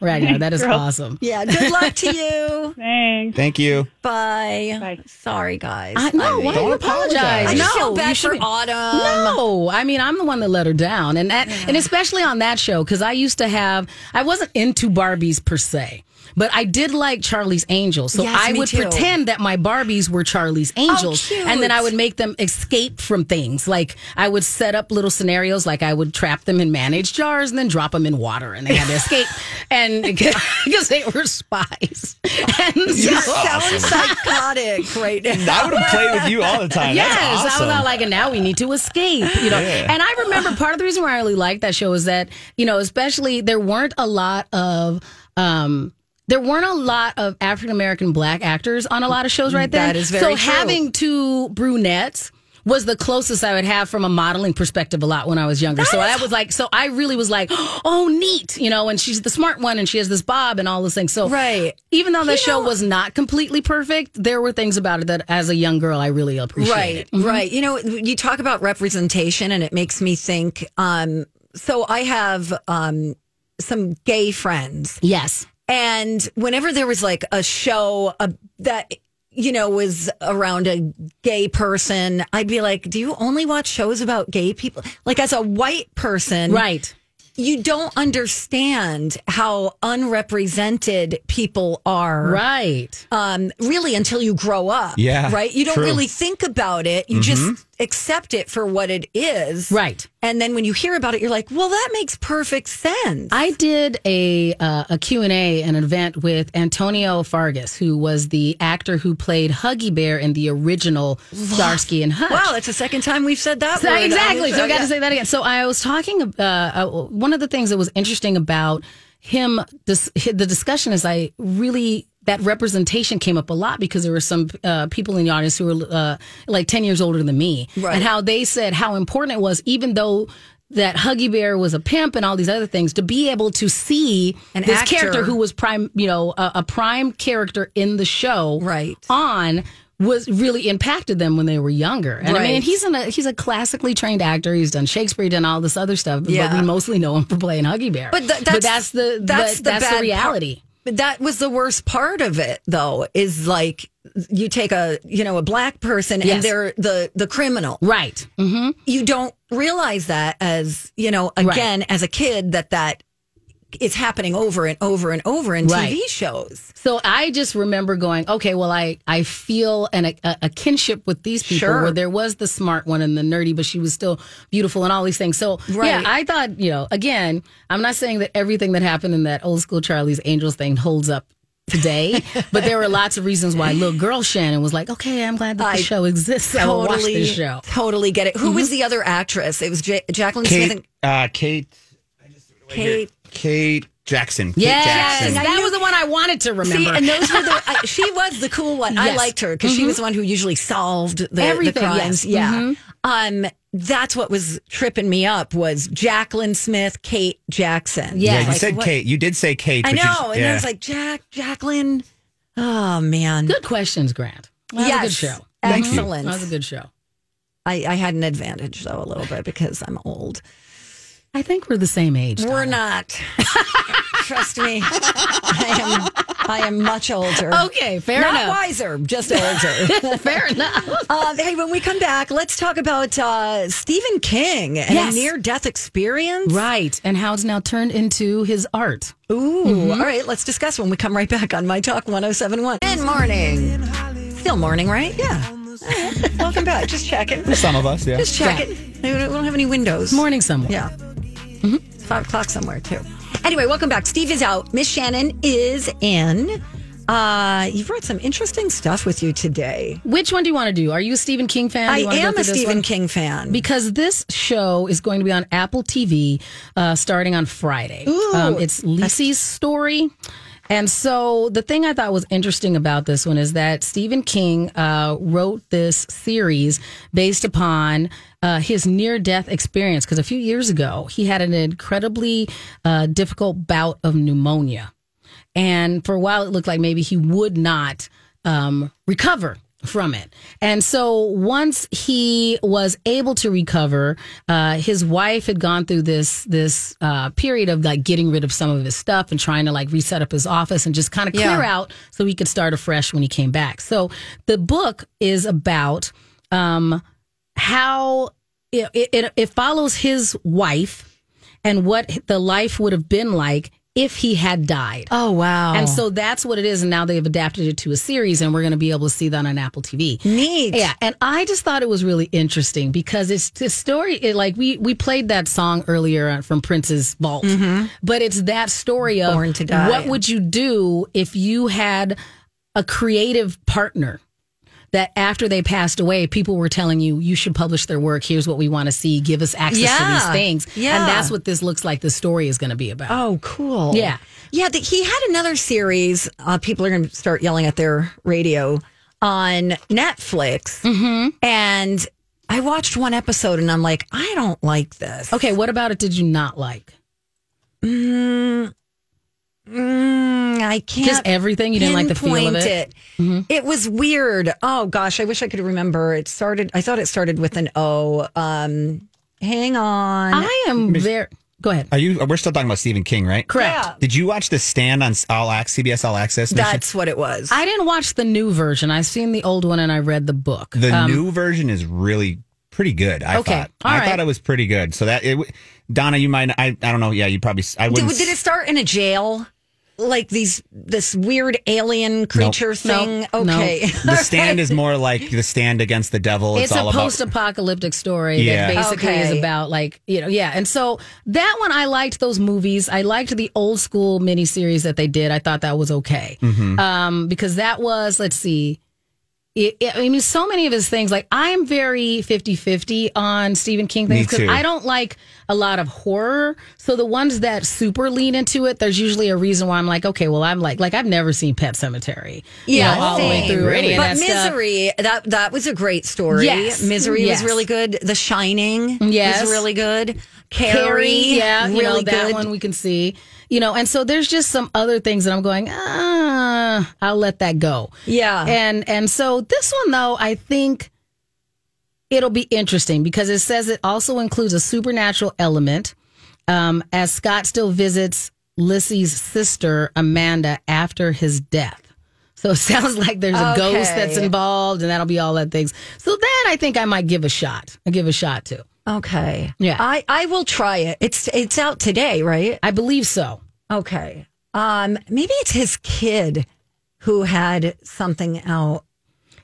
Speaker 2: Ragnar, that is
Speaker 8: Girl.
Speaker 2: awesome.
Speaker 1: Yeah, good luck
Speaker 2: [LAUGHS]
Speaker 1: to you.
Speaker 8: Thanks.
Speaker 5: Thank you.
Speaker 1: Bye.
Speaker 8: Bye.
Speaker 1: Sorry, guys.
Speaker 2: I, no, why do you
Speaker 5: Don't
Speaker 2: apologize?
Speaker 5: apologize.
Speaker 1: I
Speaker 2: No,
Speaker 1: just feel bad
Speaker 2: you
Speaker 1: for
Speaker 2: shouldn't.
Speaker 1: Autumn.
Speaker 2: No, I mean I'm the one that let her down, and that, and especially on that show because I used to have I wasn't into Barbies per se, but I did like Charlie's Angels, so
Speaker 1: Yes,
Speaker 2: I
Speaker 1: me
Speaker 2: would
Speaker 1: too. Oh,
Speaker 2: pretend that my Barbies were Charlie's Angels,
Speaker 1: cute.
Speaker 2: and then I would make them escape from things. Like I would set up little scenarios, like I would trap them in managed jars and then drop them in water, and they had to escape,
Speaker 1: [LAUGHS]
Speaker 2: and [LAUGHS] because they were spies. [LAUGHS] And so,
Speaker 1: You sound [LAUGHS] psychotic right
Speaker 2: [LAUGHS]
Speaker 1: now.
Speaker 5: I would have played with you all the time.
Speaker 2: Yes,
Speaker 5: That's awesome.
Speaker 2: I was all like, and now we need to escape, you know.
Speaker 5: Yeah.
Speaker 2: And I remember part of the reason why I really liked that show is that you know, especially there weren't a lot of. um there weren't a lot of African American black actors on a lot of shows right then.
Speaker 1: That is very
Speaker 2: so
Speaker 1: true.
Speaker 2: having two brunettes was the closest I would have from a modeling perspective a lot when I was younger. so that was like, so I really was like, [GASPS] oh, neat, you know, and she's the smart one and she has this bob and all those things. So
Speaker 1: Right.
Speaker 2: even though that show was not completely perfect, there were things about it that as a young girl, I really appreciated.
Speaker 1: Right, right. You know, you talk about representation, and it makes me think. Um, so I have um, some gay friends,
Speaker 2: Yes.
Speaker 1: and whenever there was like a show uh, that you know was around a gay person, I'd be like, "Do you only watch shows about gay people?" Like as a white person,
Speaker 2: Right.
Speaker 1: you don't understand how unrepresented people are
Speaker 2: Right.
Speaker 1: um, really until you grow up
Speaker 5: Yeah,
Speaker 1: right you don't
Speaker 5: true. Mm-hmm.
Speaker 1: really think about it you just accept it for what it is
Speaker 2: Right.
Speaker 1: and then when you hear about it you're like well that makes perfect sense
Speaker 2: I did a uh, a Q and A, an event with Antonio Fargas, who was the actor who played Huggy Bear in the original Starsky and Hutch.
Speaker 1: wow that's the second time we've said that
Speaker 2: So-
Speaker 1: word on this
Speaker 2: exactly. So
Speaker 1: show.
Speaker 2: I got
Speaker 1: Yeah.
Speaker 2: to say that again. So I was talking. Uh, uh, one of the things that was interesting about him, this, the discussion is I really that representation came up a lot because there were some uh, people in the audience who were uh, like ten years older than me,
Speaker 1: Right.
Speaker 2: and how they said how important it was, even though. That Huggy Bear was a pimp and all these other things to be able to see
Speaker 1: An
Speaker 2: this
Speaker 1: actor.
Speaker 2: character who was prime, you know, a, a prime character in the show,
Speaker 1: Right.
Speaker 2: On was really impacted them when they were younger, and I mean,
Speaker 1: Right.
Speaker 2: and he's an, a he's a classically trained actor. He's done Shakespeare, he's done all this other stuff.
Speaker 1: Yeah.
Speaker 2: But we mostly know him for playing Huggy Bear.
Speaker 1: But th-
Speaker 2: but that's the that's the, that's
Speaker 1: bad
Speaker 2: the reality.
Speaker 1: part. But that was the worst part of it, though, is like you take a you know a black person
Speaker 2: Yes.
Speaker 1: and they're the the criminal.
Speaker 2: Right. hmm
Speaker 1: You don't realize that as you know again as a kid that that is happening over and over and over in
Speaker 2: Right.
Speaker 1: TV shows.
Speaker 2: So I just remember going, okay, well, I I feel an, a, a kinship with these people
Speaker 1: Sure.
Speaker 2: where there was the smart one and the nerdy, but she was still beautiful and all these things. So yeah,
Speaker 1: Right.
Speaker 2: I thought you know, again, I'm not saying that everything that happened in that old school Charlie's Angels thing holds up.
Speaker 1: [LAUGHS]
Speaker 2: Today, but there were lots of reasons why little girl Shannon was like, "Okay, I'm glad that
Speaker 1: I
Speaker 2: the show exists. I will watch this show."
Speaker 1: totally get it. Who was the other actress? It was J- Jacqueline Smith
Speaker 5: uh, Kate,
Speaker 1: and
Speaker 5: uh, Kate,
Speaker 1: Kate.
Speaker 5: Kate Jackson. Kate
Speaker 2: Yes,
Speaker 5: Jackson.
Speaker 2: that was the one I wanted to remember.
Speaker 1: See, and those were the.
Speaker 2: [LAUGHS]
Speaker 1: I, she was the cool one. I
Speaker 2: Yes. Mm-hmm.
Speaker 1: liked her because she was the one who usually solved the, the
Speaker 2: Everything, yes. Mm-hmm.
Speaker 1: crimes. Yeah. Um, that's what was tripping me up was Jacqueline Smith, Kate Jackson.
Speaker 5: Yeah, you
Speaker 1: Like,
Speaker 5: said
Speaker 1: what-
Speaker 5: Kate. You did say Kate.
Speaker 1: I
Speaker 5: but you-
Speaker 1: know, and
Speaker 5: yeah.
Speaker 1: I was like Jack, Jacqueline. Oh man,
Speaker 2: good questions, Grant. That was a good show.
Speaker 5: Thank you.
Speaker 1: Excellent.
Speaker 2: That was a good show.
Speaker 1: I, I had an advantage though a little bit because I'm old.
Speaker 2: I think we're the same age.
Speaker 1: We're not. [LAUGHS] Trust me. I am I am much older.
Speaker 2: Okay, fair
Speaker 1: Not
Speaker 2: enough.
Speaker 1: wiser, just
Speaker 2: [LAUGHS]
Speaker 1: older.
Speaker 2: Fair enough.
Speaker 1: uh, hey, when we come back, let's talk about uh, Stephen King and
Speaker 2: Yes.
Speaker 1: a near death experience.
Speaker 2: Right. And how it's now turned into his art.
Speaker 1: Ooh. All right, let's discuss when we come right back on My Talk 1071. Good morning. Still morning, right? Yeah. All right, Welcome back. Just checking.
Speaker 5: For some of us, yeah.
Speaker 1: Just checking. We don't- we don't have any windows.
Speaker 2: Morning somewhere.
Speaker 1: Yeah. It's five o'clock somewhere too. Anyway, welcome back. Steve is out. Miss Shannon is in. Uh, you brought some interesting stuff with you today.
Speaker 2: Which one do you want to do? Are you a Stephen King fan?
Speaker 1: I
Speaker 2: You wanna go
Speaker 1: am
Speaker 2: through
Speaker 1: a
Speaker 2: this
Speaker 1: Stephen
Speaker 2: one?
Speaker 1: King fan.
Speaker 2: Because this show is going to be on Apple TV uh, starting on Friday.
Speaker 1: Ooh.
Speaker 2: Um, it's Lisi's story. And so the thing I thought was interesting about this one is that Stephen King uh, wrote this series based upon uh, his near death experience. Because a few years ago, he had an incredibly uh, difficult bout of pneumonia. And for a while, it looked like maybe he would not um, recover from it. And so once he was able to recover, uh, his wife had gone through this this uh, period of like getting rid of some of his stuff and trying to like reset up his office and just kind of clear
Speaker 1: Yeah.
Speaker 2: out so he could start afresh when he came back. So the book is about um, how it, it, it follows his wife and what the life would have been like if he had died.
Speaker 1: Oh wow.
Speaker 2: And so that's what it is. And now they've adapted it to a series, and we're going to be able to see that on Apple TV.
Speaker 1: neat.
Speaker 2: Yeah, and I just thought it was really interesting because it's the story. It, like we we played that song earlier from Prince's Vault, but it's that story of
Speaker 1: Mm-hmm. Born to Die.
Speaker 2: what would you do if you had a creative partner that after they passed away, people were telling you you should publish their work. Here's what we want to see. Give us access to
Speaker 1: Yeah.
Speaker 2: these things.
Speaker 1: Yeah.
Speaker 2: and that's what this looks like. The story is going to be about.
Speaker 1: Oh, cool.
Speaker 2: Yeah.
Speaker 1: Yeah. The, he had another series. Uh, people are going to start yelling at their radio on Netflix. Mm-hmm. And I watched one episode and I'm like, I don't like this.
Speaker 2: Okay, what about it? Did you not like?
Speaker 1: Mm, I can't.
Speaker 2: Just everything? You didn't like the feel of
Speaker 1: pinpoint
Speaker 2: it? Mm-hmm.
Speaker 1: It was weird. Oh gosh, I wish I could remember. It started. I thought it started with an O. Um, hang on.
Speaker 2: I am very. Go ahead.
Speaker 5: Are you? We're still talking about Stephen King, right?
Speaker 2: Correct.
Speaker 1: Yeah.
Speaker 5: Did you watch the stand on all access, CBS All Access? Misha?
Speaker 1: That's what it was.
Speaker 2: I didn't watch the new version. I've seen the old one and I read the book.
Speaker 5: the
Speaker 2: Um,
Speaker 5: new version is really pretty good. I
Speaker 2: Okay.
Speaker 5: thought.
Speaker 2: All
Speaker 5: I
Speaker 2: right.
Speaker 5: thought it was pretty good. So that it, w- Donna, you might. I, I don't know. Yeah, you probably. I
Speaker 1: did,
Speaker 5: wouldn't.
Speaker 1: did it start in a jail? Like these, this weird alien creature thing.
Speaker 2: Nope. Nope.
Speaker 1: Okay,
Speaker 5: the
Speaker 2: [LAUGHS]
Speaker 5: stand is more like the stand against the devil. It's,
Speaker 2: It's, a
Speaker 5: all about.
Speaker 2: post-apocalyptic story
Speaker 5: Yeah.
Speaker 2: that basically
Speaker 1: Okay.
Speaker 2: is about like you know yeah and so that one I liked those movies I liked the old school miniseries that they did I thought that was okay
Speaker 5: Mm-hmm.
Speaker 2: um, because that was let's see it, it- I mean so many of his things like I am very 50-50 on Stephen King
Speaker 5: Me
Speaker 2: things
Speaker 5: too.
Speaker 2: I don't like a lot of horror so the ones that super lean into it there's usually a reason why I'm like okay well I'm like like I've never seen Pet Cemetery
Speaker 1: [LAUGHS]
Speaker 2: you
Speaker 1: Yeah,
Speaker 2: know, all the way
Speaker 1: same.
Speaker 2: through or any of
Speaker 1: but
Speaker 2: that stuff.
Speaker 1: misery that that was a great story.
Speaker 2: Yes.
Speaker 1: misery
Speaker 2: Yes.
Speaker 1: was really good. The Shining
Speaker 2: Yes.
Speaker 1: was really good. Carrie,
Speaker 2: Carrie, yeah,
Speaker 1: really
Speaker 2: you know, that
Speaker 1: good.
Speaker 2: one we can see. You know, and so there's just some other things that I'm going, ah, I'll let that go.
Speaker 1: Yeah.
Speaker 2: And and so this one though, I think it'll be interesting because it says it also includes a supernatural element. Um, as Scott still visits Lissy's sister Amanda after his death. So it [LAUGHS] sounds like there's a ghost
Speaker 1: Okay.
Speaker 2: that's involved, and that'll be all that things. So that I think I might give a shot. I give a shot to.
Speaker 1: Okay.
Speaker 2: Yeah.
Speaker 1: I, I will try it. It's it's out today, right?
Speaker 2: I believe so.
Speaker 1: Okay. Um maybe it's his kid who had something out.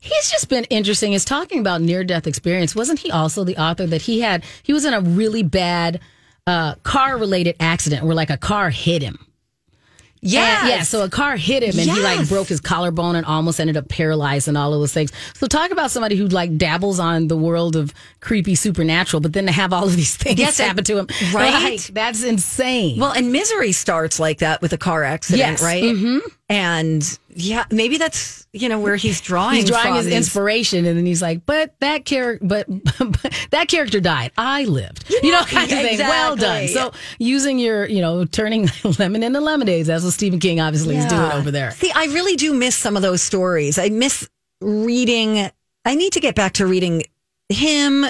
Speaker 2: He's just been interesting. Is talking about near death experience. Wasn't he also the author that he had? He was in a really bad uh, car related accident where like a car hit him. Yeah,
Speaker 1: Yes.
Speaker 2: yeah. So a car hit him, and he like
Speaker 1: Yes.
Speaker 2: broke his collarbone and almost ended up paralyzed and all of those things. So talk about somebody who like dabbles on the world of creepy supernatural, but then to have all of these things
Speaker 1: Yes,
Speaker 2: [LAUGHS] happen
Speaker 1: and-
Speaker 2: to him,
Speaker 1: right?
Speaker 2: Like, that's insane.
Speaker 1: Well, and misery starts like that with a car accident,
Speaker 2: Yes.
Speaker 1: right?
Speaker 2: Mhm.
Speaker 1: And yeah, maybe that's you know where he's drawing.
Speaker 2: [LAUGHS] he's drawing
Speaker 1: from
Speaker 2: his
Speaker 1: these-
Speaker 2: inspiration, and then he's like, "But that character, but, [LAUGHS] but that character died. I lived." You know, [LAUGHS] kind of thing. Well done.
Speaker 1: Exactly.
Speaker 2: So using your, you know, turning [LAUGHS] lemon into lemonades. That's what Stephen King obviously is doing
Speaker 1: Yeah.
Speaker 2: over there.
Speaker 1: See, I really do miss some of those stories. I miss reading. I need to get back to reading him.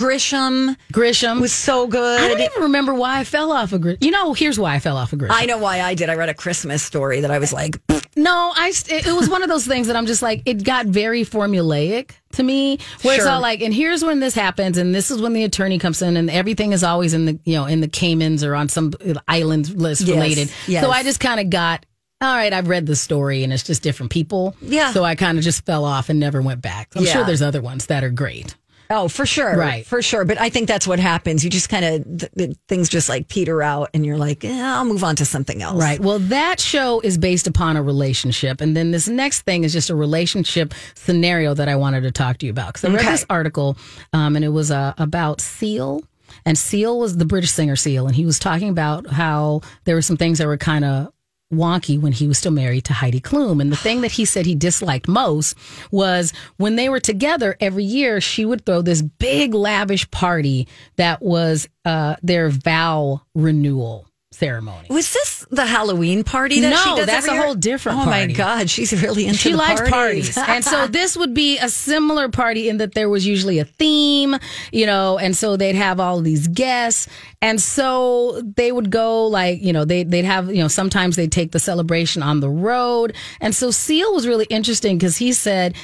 Speaker 1: Grisham
Speaker 2: Grisham
Speaker 1: was so good.
Speaker 2: I don't even remember why I fell off a Grisham. You know, here's why I fell off a Grisham.
Speaker 1: I know why I did. I read a Christmas story that I was like,
Speaker 2: No, I. st- It, it was one of those things that I'm just like. It got very formulaic to me, where it's
Speaker 1: Sure.
Speaker 2: all like, and here's when this happens, and this is when the attorney comes in, and everything is always in the you know in the Caymans or on some island list
Speaker 1: Yes,
Speaker 2: related.
Speaker 1: yes.
Speaker 2: So I just kind of got. All right, I've read the story, and it's just different people.
Speaker 1: Yeah.
Speaker 2: So I kind of just fell off and never went back. I'm
Speaker 1: Yeah.
Speaker 2: sure there's other ones that are great.
Speaker 1: oh, for sure,
Speaker 2: Right.
Speaker 1: for sure. But I think that's what happens. You just kind of th- th- things just like peter out, and you're like, eh, I'll move on to something else.
Speaker 2: Right. Well, that show is based upon a relationship. And then this next thing is just a relationship scenario that I wanted to talk to you about. Because I
Speaker 1: Okay.
Speaker 2: read this article um, and it was uh, about Seal. And Seal was the British singer Seal. And he was talking about how there were some things that were kind of wonky when he was still married to Heidi Klum. And the thing that he said he disliked most was when they were together every year, she would throw this big lavish party that was uh, their vow renewal ceremony.
Speaker 1: Was this the Halloween party that she
Speaker 2: No,
Speaker 1: does?
Speaker 2: that's
Speaker 1: every
Speaker 2: a
Speaker 1: year?
Speaker 2: whole different
Speaker 1: Oh my
Speaker 2: party.
Speaker 1: God, she's really into
Speaker 2: she
Speaker 1: the
Speaker 2: likes
Speaker 1: [LAUGHS]
Speaker 2: parties. and so this would be a similar party in that there was usually a theme, you know, and so they'd have all these guests. And so they would go like, you know, they they'd have, you know, sometimes they'd take the celebration on the road. And so Seal was really interesting because he said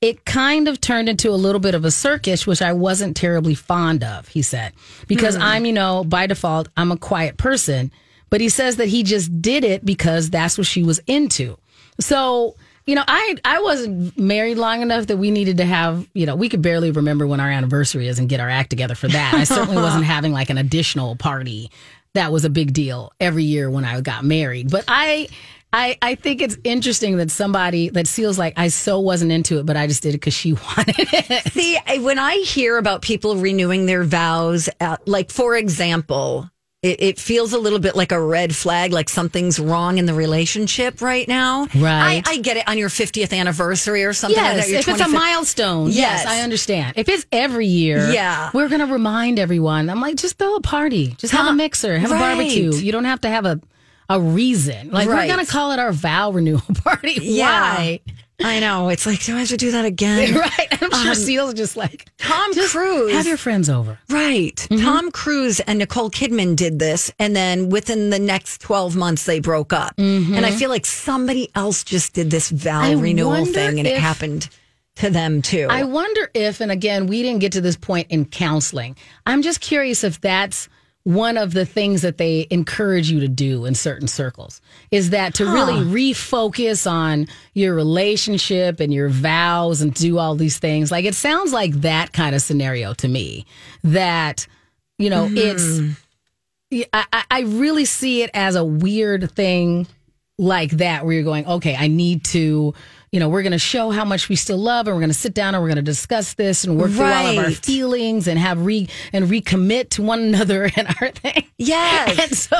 Speaker 2: it kind of turned into a little bit of a circus, which I wasn't terribly fond of, he said. Because
Speaker 1: Hmm.
Speaker 2: I'm, you know, by default, I'm a quiet person. But he says that he just did it because that's what she was into. So, you know, I I wasn't married long enough that we needed to have, you know, we could barely remember when our anniversary is and get our act together for that. I certainly wasn't having like an additional party that was a big deal every year when I got married. But I I, I think it's interesting that somebody that feels like I so wasn't into it, but I just did it because she [LAUGHS] wanted it.
Speaker 1: See, I- when I hear about people renewing their vows, at, like for example, it, it feels a little bit like a red flag, like something's wrong in the relationship right now.
Speaker 2: Right.
Speaker 1: I, I get it on your 50th anniversary or something. like
Speaker 2: Yes,
Speaker 1: that, your
Speaker 2: if it's a
Speaker 1: 25th
Speaker 2: milestone. Yes.
Speaker 1: Yes.
Speaker 2: I understand. If it's every year,
Speaker 1: Yeah.
Speaker 2: we're gonna remind everyone. I'm like, just throw a party, just have a mixer, have
Speaker 1: Right.
Speaker 2: a barbecue. You don't have to have a a reason. Like
Speaker 1: Right.
Speaker 2: we're gonna call it our vow renewal [LAUGHS] party.
Speaker 1: Yeah.
Speaker 2: Why? [LAUGHS]
Speaker 1: I know. It's like, do I have to do that again?
Speaker 2: Right. I'm sure
Speaker 1: Um,
Speaker 2: Seal's just like
Speaker 1: Tom Cruise.
Speaker 2: have your friends over.
Speaker 1: Right.
Speaker 2: Mm-hmm.
Speaker 1: Tom Cruise and Nicole Kidman did this. And then within the next 12 months, they broke up. And I feel like somebody else just did this vow
Speaker 2: Mm-hmm. I
Speaker 1: renewal
Speaker 2: wonder
Speaker 1: thing and it
Speaker 2: if-
Speaker 1: happened to them too.
Speaker 2: I wonder if, and again, we didn't get to this point in counseling. I'm just curious if that's one of the things that they encourage you to do in certain circles is that to really refocus on your relationship and your vows and do all these things. Like it sounds like that kind of scenario to me that, you know, it's yeah, I, I- I really see it as a weird thing like that where you're going, okay, I need to, you know, we're going to show how much we still love and we're going to sit down and we're going to discuss this and work through all of our
Speaker 1: Right.
Speaker 2: feelings and have re and recommit to one [LAUGHS] another and our thing.
Speaker 1: Yes.
Speaker 2: [LAUGHS] And so,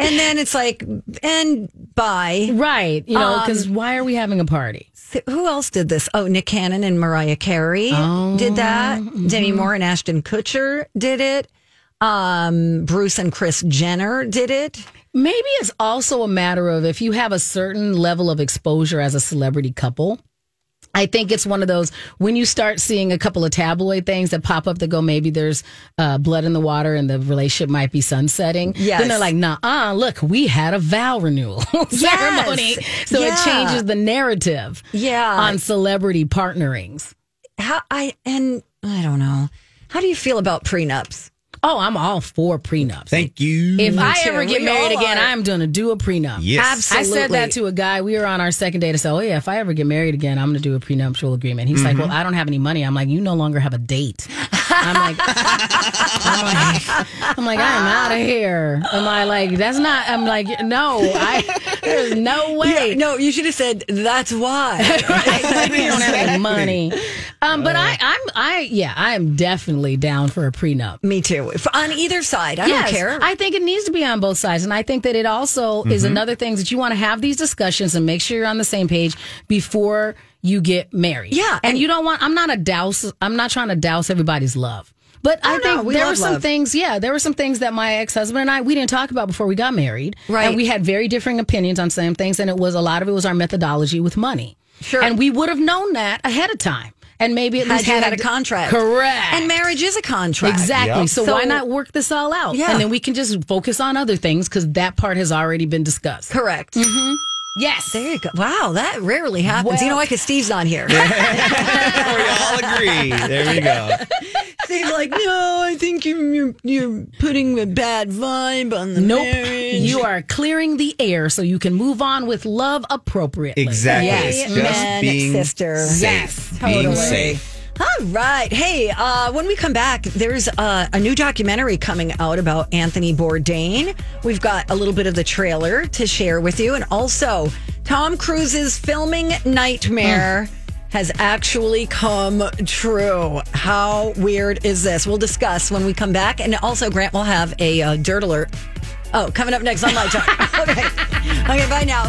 Speaker 1: and then it's like, and bye.
Speaker 2: right, you know, because
Speaker 1: Um,
Speaker 2: why are we having a party?
Speaker 1: Who else did this? Oh, Nick Cannon and Mariah Carey did that.
Speaker 2: Oh, mm-hmm.
Speaker 1: Demi Moore and Ashton Kutcher did it. Um, Bruce and Chris Jenner did it.
Speaker 2: Maybe it's also a matter of if you have a certain level of exposure as a celebrity couple. I think it's one of those when you start seeing a couple of tabloid things that pop up that go, maybe there's uh, blood in the water and the relationship might be sunsetting.
Speaker 1: Yes.
Speaker 2: Then they're like, nah, uh, look, we had a vow renewal [LAUGHS] ceremony. So
Speaker 1: Yeah.
Speaker 2: it changes the narrative
Speaker 1: Yeah.
Speaker 2: on celebrity partnerings.
Speaker 1: how I and I don't know. How do you feel about prenups?
Speaker 2: Oh, I'm all for prenups.
Speaker 5: Thank you.
Speaker 2: If I
Speaker 1: too.
Speaker 2: ever get
Speaker 1: We
Speaker 2: married
Speaker 1: all
Speaker 2: again,
Speaker 1: are.
Speaker 2: I'm going to do a prenup.
Speaker 5: Yes.
Speaker 2: I said that to a guy. We were on our second date. I said, Oh, yeah, if I ever get married again, I'm going to do a prenuptial agreement. He's like, Well, I don't have any money. I'm like, You no longer have a date. I'm like, [LAUGHS] I'm like, I'm like, I'm out of here. Am I like, That's not, I'm like, No, I, There's no way.
Speaker 1: no, you should have said that's
Speaker 2: [LAUGHS]
Speaker 1: why.
Speaker 2: we don't have any money. Um, but I, I'm, I, yeah, I am definitely down for a prenup.
Speaker 1: Me too. If- on either side, I
Speaker 2: Yes,
Speaker 1: don't care.
Speaker 2: I think it needs to be on both sides, and I think that it also is
Speaker 1: Mhm.
Speaker 2: another thing that you want to have these discussions and make sure you're on the same page before you get married.
Speaker 1: Yeah,
Speaker 2: and, you don't want. I'm not a douse. I'm not trying to douse everybody's love. But
Speaker 1: No,
Speaker 2: I think
Speaker 1: no, we
Speaker 2: there
Speaker 1: love
Speaker 2: were some
Speaker 1: love.
Speaker 2: things, yeah, there were some things that my ex husband and I we didn't talk about before we got married. Right. And we had very differing opinions on some things, and it was a lot of it was our methodology with money. Sure. And we would have known that ahead of time. And maybe at
Speaker 1: Had
Speaker 2: least
Speaker 1: you
Speaker 2: had
Speaker 1: had a contract.
Speaker 2: Correct.
Speaker 1: And marriage is a contract.
Speaker 2: Exactly.
Speaker 1: Yep.
Speaker 2: So,
Speaker 1: So-
Speaker 2: why not work this all out?
Speaker 1: Yeah.
Speaker 2: And then we can just focus on other things because that part has already been discussed.
Speaker 1: Correct.
Speaker 2: hmm Yes.
Speaker 1: There you go. Wow, that rarely happens. you
Speaker 2: Well-
Speaker 1: know why? Because Steve's not here.
Speaker 5: [LAUGHS] we all agree. There we go.
Speaker 1: [LAUGHS] Steve's like, no, I think you're, you're, you're putting a bad vibe on the
Speaker 2: Nope.
Speaker 1: marriage.
Speaker 2: You are clearing the air so you can move on with love appropriately.
Speaker 5: Exactly. It's just
Speaker 1: Amen,
Speaker 5: being
Speaker 1: sister.
Speaker 5: safe.
Speaker 2: Yes,
Speaker 5: Being
Speaker 2: totally.
Speaker 5: safe.
Speaker 1: All right. Hey, uh, when we come back, there's uh, a new documentary coming out about Anthony Bourdain. We've got a little bit of the trailer to share with you. And also, Tom Cruise's filming nightmare has actually come true. How weird is this? We'll discuss when we come back. And also, Grant will have a uh, dirt alert. Oh, coming up next on my talk. okay. Okay, bye now.